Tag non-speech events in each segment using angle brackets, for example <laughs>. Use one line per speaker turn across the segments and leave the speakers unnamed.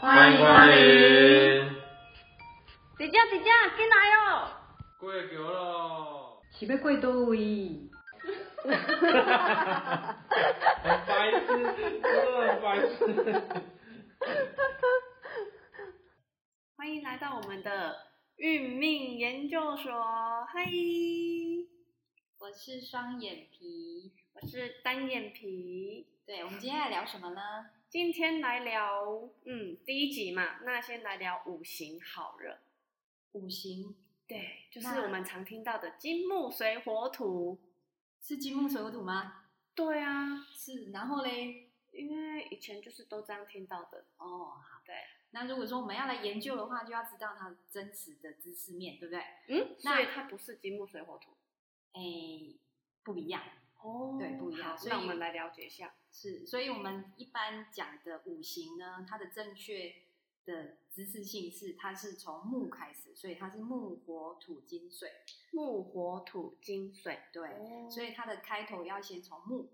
欢迎光临。
姐姐姐姐，进来哦。
过桥 <laughs> 咯，
是要过倒位？
很白痴，真的很白痴。
欢迎来到我们的运命研究所，嗨，
我是双眼皮。
我是单眼皮。
对，我们今天来聊什么呢？
今天来聊，嗯，第一集嘛，那先来聊五行好了。
五行
对，就是
那
我们常听到的金木水火土。
是金木水火土吗？
对啊，
是，然后嘞，
因为以前就是都这样听到的。
哦，好
对。
那如果说我们要来研究的话，就要知道它真实的知识面，对不对？
嗯，
那
所以它不是金木水火土。
哎，不一样。
哦
对不一样
好
所以
那我们来了解一下。
是，所以我们一般讲的五行呢，它的正确的知识性是它是从木开始，所以它是木火土金水。
木火土金水，哦
对，所
以
以它的开头要先从木，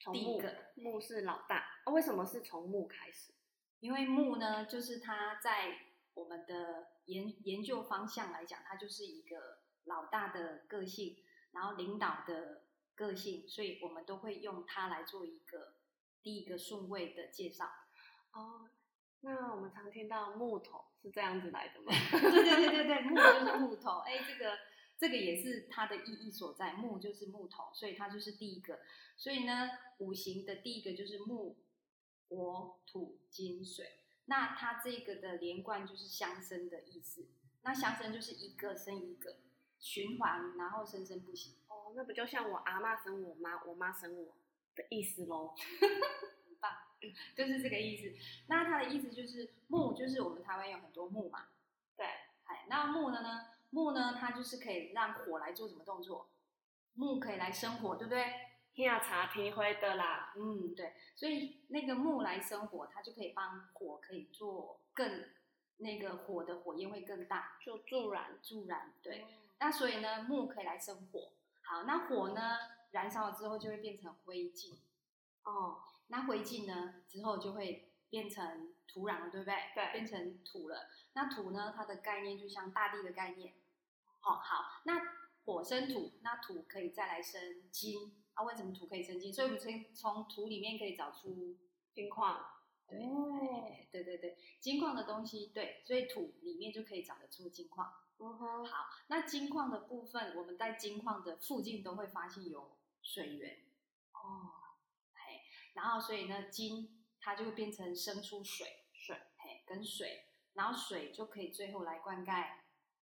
从
第
木
一个
木是老大、啊，为什么是从木开始？
因为木呢，就是它在我们的研研究方向来讲，它就是一个老大的个性，然后领导的个性，所以我们都会用它来做一个第一个顺位的介绍。
哦，那我们常听到木头是这样子来的吗？
对 <laughs> 对对对对，木就是木头，哎，这个这个也是它的意义所在，木就是木头，所以它就是第一个。所以呢，五行的第一个就是木、火、土、金、水。那它这个的连贯就是相生的意思，那相生就是一个生一个，循环，然后生生不息。
哦，那不就像我阿妈生我妈，我妈生我的意思喽？
就是这个意思。那它的意思就是木，就是我们台湾有很多木嘛，
对，
哎，那木呢呢？木呢，它就是可以让火来做什么动作？木可以来生火，对不对？
天茶提灰的啦，
嗯，对，所以那个木来生火，它就可以帮火可以做更那个火的火焰会更大，
就助燃。
助燃。对，，那所以呢，木可以来生火。好，那火呢燃烧了之后就会变成灰烬，
哦，
那灰烬呢之后就会变成土壤了，对不对？
对
变成土了。那土呢，它的概念就像大地的概念。好、好，那火生土，那土可以再来生金啊？为什么土可以生金？所以我们从从土里面可以找出
金矿。
对，哎对对对，金矿的东西，对，所以土里面就可以找得出金矿。
嗯哼，
好，那金矿的部分，我们在金矿的附近都会发现有水源。哦，嘿，然后所以呢，金它就会变成生出水，水，嘿，跟水，然后水就可以最后来灌溉，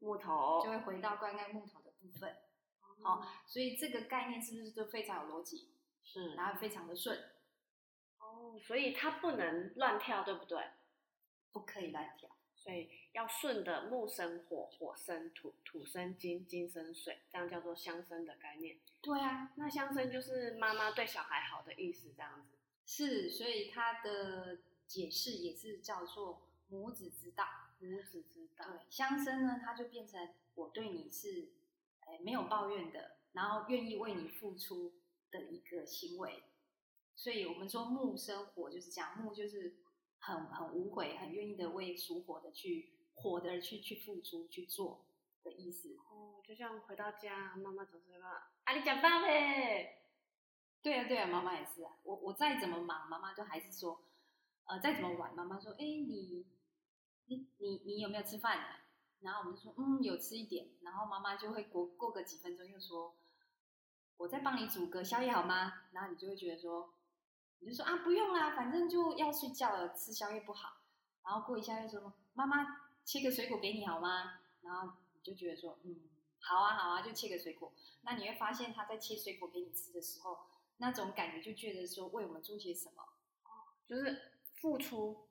木头哦
就会回到灌溉木头的部分。
嗯
哦，所以这个概念是不是就非常有逻辑，
是
然后非常的顺，
哦，所以它不能乱跳，对不对？
不可以乱跳。
所以要顺的木生火，火生土，土生金，金生水，这样叫做相生的概念。
对啊，
那相生就是妈妈对小孩好的意思，这样子。
是，所以它的解释也是叫做母子之道。
母子之道
对，，相生呃呢，它就变成我对你是，哎，没有抱怨的，然后愿意为你付出的一个行为。所以我们说木生火就是这样，木就是很很无悔，很愿意的为属火的去火的去去付出去做的意思。
哦，就像回到家，妈妈总是会说：“啊，你讲饭呗。
对啊，对啊，妈妈也是啊。我我再怎么忙，妈妈都还是说，呃，再怎么晚，妈妈说，哎，你你你你有没有吃饭、啊？然后我们就说，嗯，有吃一点。然后妈妈就会过过个几分钟又说，我再帮你煮个宵夜好吗？然后你就会觉得说，你就说啊，不用啦，反正就要睡觉了，吃宵夜不好。然后过一下又说，妈妈切个水果给你好吗？然后你就觉得说，嗯，好啊，好啊，就切个水果。那你会发现他在切水果给你吃的时候，那种感觉就觉得说为我们做些什么，”
就是付出，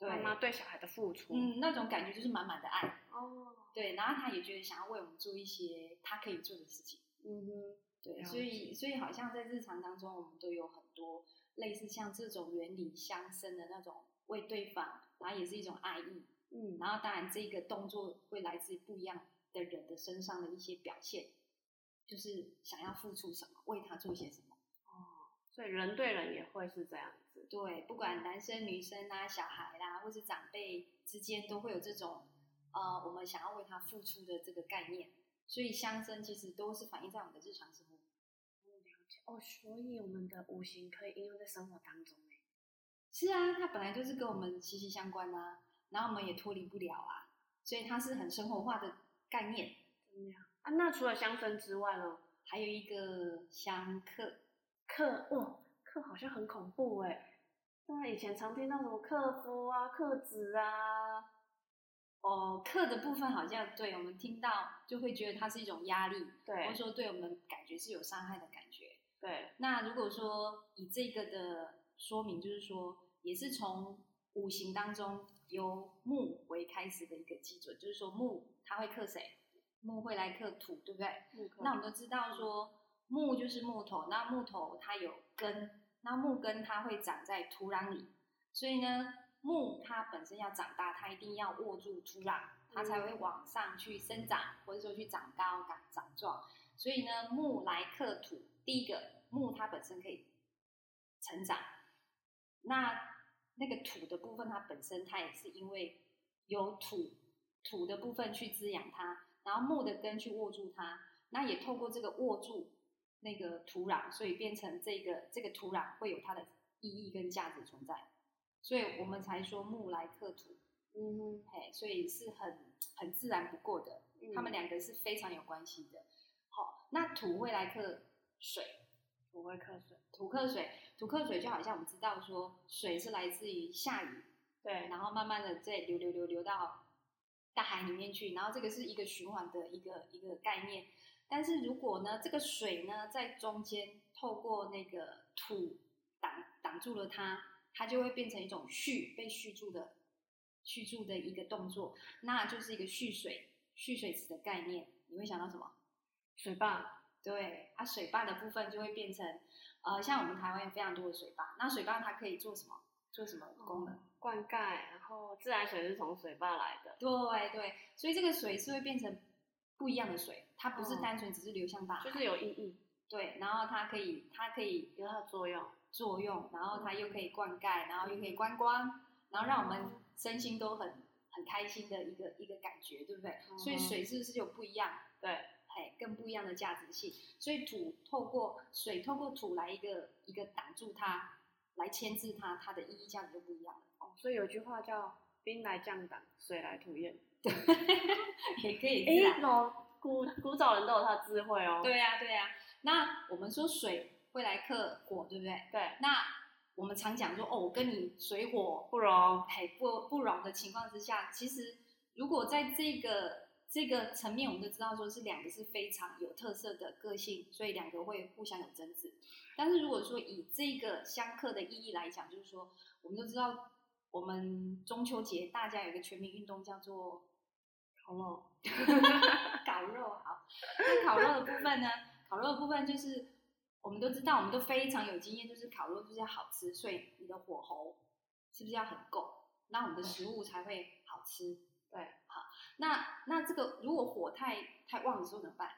妈妈对小孩的付出。
嗯，那种感觉就是满满的爱，
哦，
对，然后他也觉得想要为我们做一些他可以做的事情，
嗯哼，
对，
了
所以所以好像在日常当中，我们都有很多类似像这种原理相生的那种为对方，然后也是一种爱意，
嗯，
然后当然这个动作会来自于不一样的人的身上的一些表现，就是想要付出什么，为他做些什么。
所以人对人也会是这样子。
对，不管男生、女生啊、小孩啦、或是长辈之间，都会有这种呃，我们想要为他付出的这个概念。所以相生其实都是反映在我们的日常生活。
哦，所以我们的五行可以应用在生活当中哎。
是啊，它本来就是跟我们息息相关啊，然后我们也脱离不了啊，所以它是很生活化的概念。
啊，那除了相生之外呢？
还有一个相克，
克哇，克好像很恐怖哎。对啊，以前常听到什么克夫啊、克子啊，
哦，克的部分好像对我们听到就会觉得它是一种压力，或者
对
说对我们感觉是有伤害的感觉。
对，
那如果说以这个的说明，就是说也是从五行当中由木为开始的一个基准，就是说木它会克谁？木会来克土，对不对？那我们都知道说木就是木头，那木头它有根，那木根它会长在土壤里，所以呢，木它本身要长大，它一定要握住土壤，它才会往上去生长，或者说去长高、长长壮。所以呢，木来克土，第一个木它本身可以成长，那那个土的部分它本身它也是因为有土土的部分去滋养它，然后木的根去握住它，那也透过这个握住那个土壤，所以变成这个这个土壤会有它的意义跟价值存在，所以我们才说木来克土，
嗯，
嘿，所以是很很自然不过的。他们两个是非常有关系的。好，那土会来克水，
不会克水，
土克水，土克水就好像我们知道说，水是来自于下雨，
对，
然后慢慢的再流流流流到大海里面去，然后这个是一个循环的一个一个概念。但是如果呢，这个水呢在中间透过那个土挡挡住了它，它就会变成一种蓄被蓄住的蓄住的一个动作，那就是一个蓄水蓄水池的概念。你会想到什么？
水坝，
对，它水坝的部分就会变成，呃，像我们台湾有非常多的水坝，那水坝它可以做什么？做什么功能？
灌溉，然后自来水是从水坝来的，
对对，所以这个水是会变成不一样的水，它不是
哦
单纯只是流向大海，
就是有意义，
对，然后它可以它可以
有它的作用。
作用，然后它又可以灌溉，然后又可以观光，然后让我
哦
们身心都很很开心的一个一个感觉，对不对？所以
嗯哼
水是不是有不一样？
对，
哎，更不一样的价值性。所以土透过水透过土来一个一个挡住它，来牵制它，它的意义价值就不一样了。 <laughs>
哦，所以有句话叫“兵来将挡，水来土掩
也可”。以是啊
哎，老古古早人都有他的智慧哦。
对呀、对呀、那我们说水会来克火，对不对？
对，
那我们常讲说，哦，我跟你水火
不容。
哎不不容的情况之下，其实如果在这个这个层面，我们就知道说是两个是非常有特色的个性，所以两个会互相有争执。但是如果说以这个相克的意义来讲，就是说我们都知道，我们中秋节大家有一个全民运动叫做
好了，
<laughs> 烤肉好，那烤肉的部分呢？烤肉的部分就是我们都知道，我们都非常有经验，就是烤肉就是要好吃，所以你的火候是不是要很够？那我们的食物才会好吃。
对，
好，那那这个如果火太太旺的时候怎么办？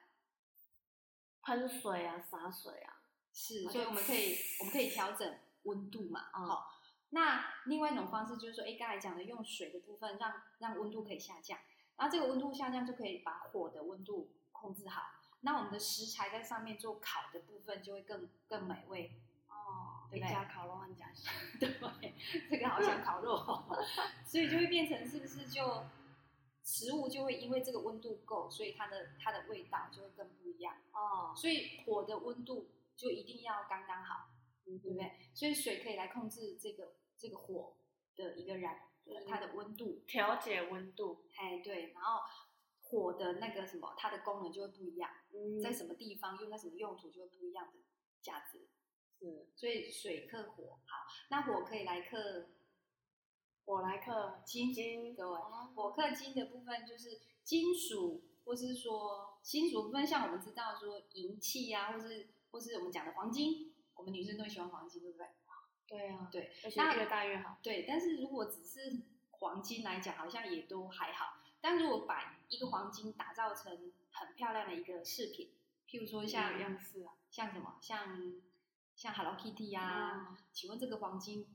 喷水啊，洒水啊，
是，
好
所以
像
哦我们可以我们可以调整温度嘛，好、
嗯
那另外一种方式就是说，哎，刚才讲的用水的部分让让温度可以下降，然后这个温度下降就可以把火的温度控制好，那我们的食材在上面做烤的部分就会更更美味。
哦
对
一
不对
家烤肉万家香。
对，这个好想烤肉 <laughs> 哦、所以就会变成是不是就食物就会因为这个温度够，所以它的它的味道就会更不一样。
哦，
所以火的温度就一定要刚刚好，
对
对不？对？所以水可以来控制这个这个火的一个燃
嗯，
它的温度，
调节温度，
哎对，然后火的那个什么，它的功能就会不一样，
嗯
在什么地方用在什么用途就会不一样的价值。
是
所以水克火，好，那火可以来克
我来克
金，
金，
对，火
我
克金的部分就是金属，或是说金属部分，像我们知道说银器啊，或是或是我们讲的黄金，我们女生都喜欢黄金，对不对？
对啊，
对，
而且
那
越大越好。
对，但是如果只是黄金来讲，好像也都还好。但如果把一个黄金打造
嗯
成很漂亮的一个饰品，譬如说像、
样式啊，
像什么，像像 Hello Kitty
嗯
呀、
啊
请问这个黄金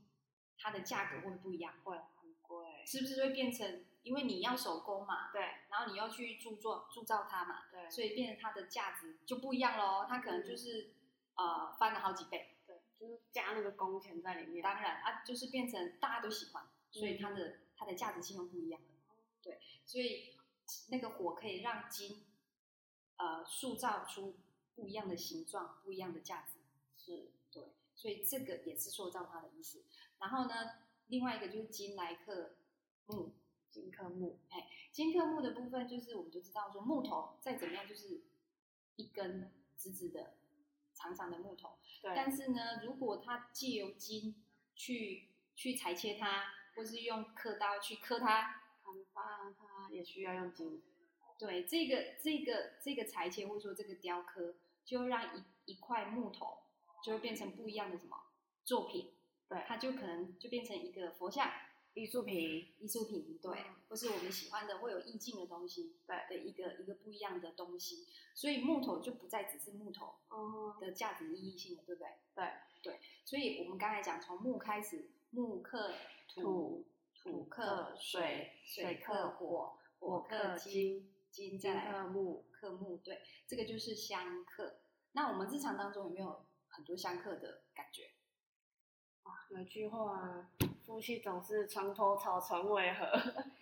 它的价格会不会不一样？
会很贵，
是不是会变成因为你要手工嘛，
对
然后你要去铸作铸造它嘛，
对
所以变成它的价值就不一样喽，它可能就是、呃翻了好几倍。
对，就是加那个工钱在里面。
当然啊，就是变成大家都喜欢，所以它的、它的价值性又不一样了。对，所以那个火可以让金呃塑造出不一样的形状、不一样的价值。是，对，所以这个也是塑造它的意思。然后呢，另外一个就是金来克木，
金科木，
金克木的部分就是我们就知道说木头再怎么样就是一根直直的、长长的木头。
对
但是呢，如果他借由筋去去裁切它，或是用刻刀去刻它，
砍伐它也需要用金，
对这个这个这个裁切或者说这个雕刻，就会让一一块木头就会变成不一样的什么作品，
对
它就可能就变成一个佛像、
艺术品，
艺术品，对
嗯，
或是我们喜欢的会有意境的东西，
对
的一个一个不一样的东西，所以木头就不再只是木头，
哦，
的价值意义性的，对不对？
对
对，所以我们刚才讲从木开始，木克
土
土克水，水克火，火克金，金再
金
来
克木，
克木，对，这个就是相克。那我们日常当中有没有很多相克的感觉？
有一句话啊，夫妻总是床头吵床尾和，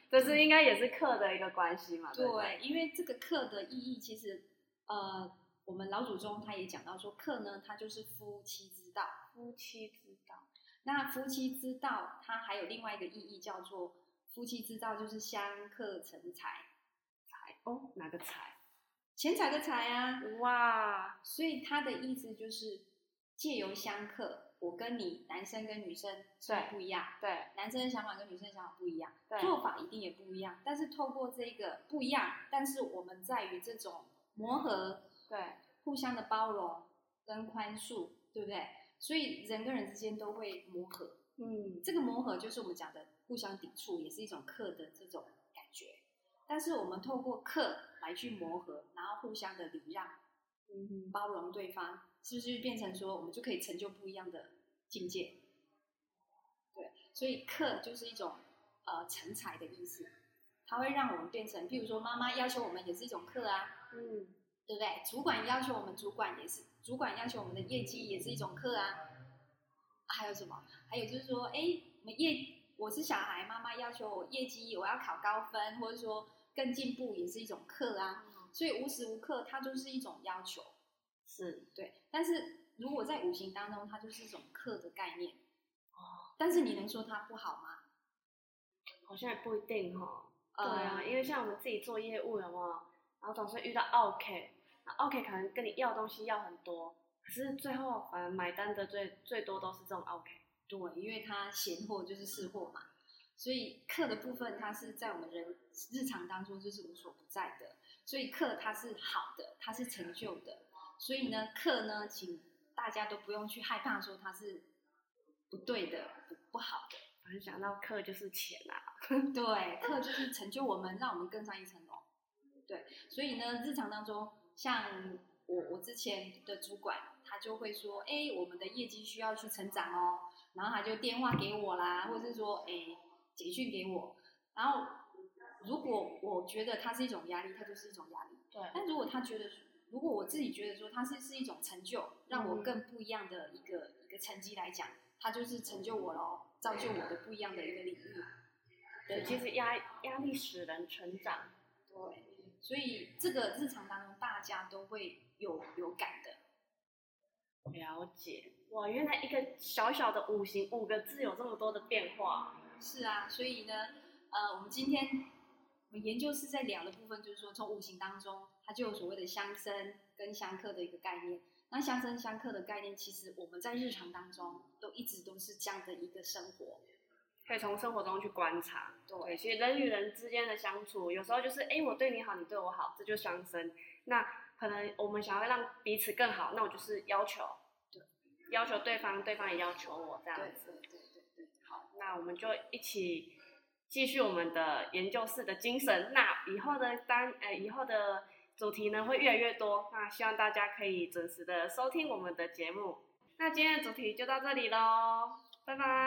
这是应该也是克的一个关系嘛？对不对，
对，因为这个克的意义其实，呃，我们老祖宗他也讲到说，克呢，它就是夫妻之道。
夫妻之道，
那夫妻之道，它还有另外一个意义叫做夫妻之道，就是相克成才，
财哦，哪个财？
钱财的财啊。
哇，
所以它的意思就是借由相克，我跟你男生跟女生是
对
不一样，
对
男生的想法跟女生的想法不一样，
对
做法一定也不一样。但是透过这个不一样，但是我们在于这种磨合，
对，
互相的包容跟宽恕，对不对？所以人跟人之间都会磨合，
嗯，
这个磨合就是我们讲的互相抵触，也是一种克的这种感觉。但是我们透过克来去磨合，然后互相的礼让、
嗯，
包容对方，是不是就变成说我们就可以成就不一样的境界？对，所以克就是一种呃成才的意思，它会让我们变成，譬如说妈妈要求我们也是一种克啊，
嗯，
对不对？主管要求我们主管也是，主管要求我们的业绩也是一种课啊。还有什么？还有就是说，哎，我们业我是小孩，妈妈要求我业绩我要考高分，或者说更进步也是一种课啊。所以无时无刻它就是一种要求，
是
对。但是如果在五行当中，它就是一种课的概念。哦。但是你能说它不好吗？
好像也不一定哈。对
呃
啊，因为像我们自己做业务有没有？然后总是遇到 OK，那 OK 可能跟你要东西要很多，可是最后反而买单的最最多都是这种 OK。
对，因为它闲货就是是货嘛，所以克的部分它是在我们人日常当中就是无所不在的，所以克它是好的，它是成就的，所以呢，克呢，请大家都不用去害怕说它是不对的、不不好的，
反正想到克就是钱啊，
对，克就是成就我们，让我们更上一层楼，对，所以呢，日常当中像我我之前的主管。他就会说，哎、我们的业绩需要去成长哦，然后他就电话给我啦，或者是说，诶，简讯给我。然后如果我觉得它是一种压力，它就是一种压力。
对
但如果他觉得，如果我自己觉得说它是是一种成就，让我更不一样的一个一个成绩来讲，它就是成就我喽，造就我的不一样的一个领域。
对，其实压压力使人成长，
对，所以这个日常当中大家都会有有感的。
了解哇，原来一个小小的五行五个字有这么多的变化，
是啊，所以呢，呃，我们今天我们研究室在聊的部分，就是说从五行当中，它就有所谓的相生跟相克的一个概念。那相生相克的概念，其实我们在日常当中都一直都是这样的一个生活。
可以从生活中去观察。对，
对，
其实人与人之间的相处，有时候就是哎、诶我对你好，你对我好，这就相生。那可能我们想要让彼此更好，那我就是要求，
对，
要求对方，对方也要求我这样
对，
子
对，。对，对，对。好，
那我们就一起继续我们的研究室的精神。那以后的单呃以后的主题呢会越来越多，那希望大家可以准时的收听我们的节目。那今天的主题就到这里喽，拜拜。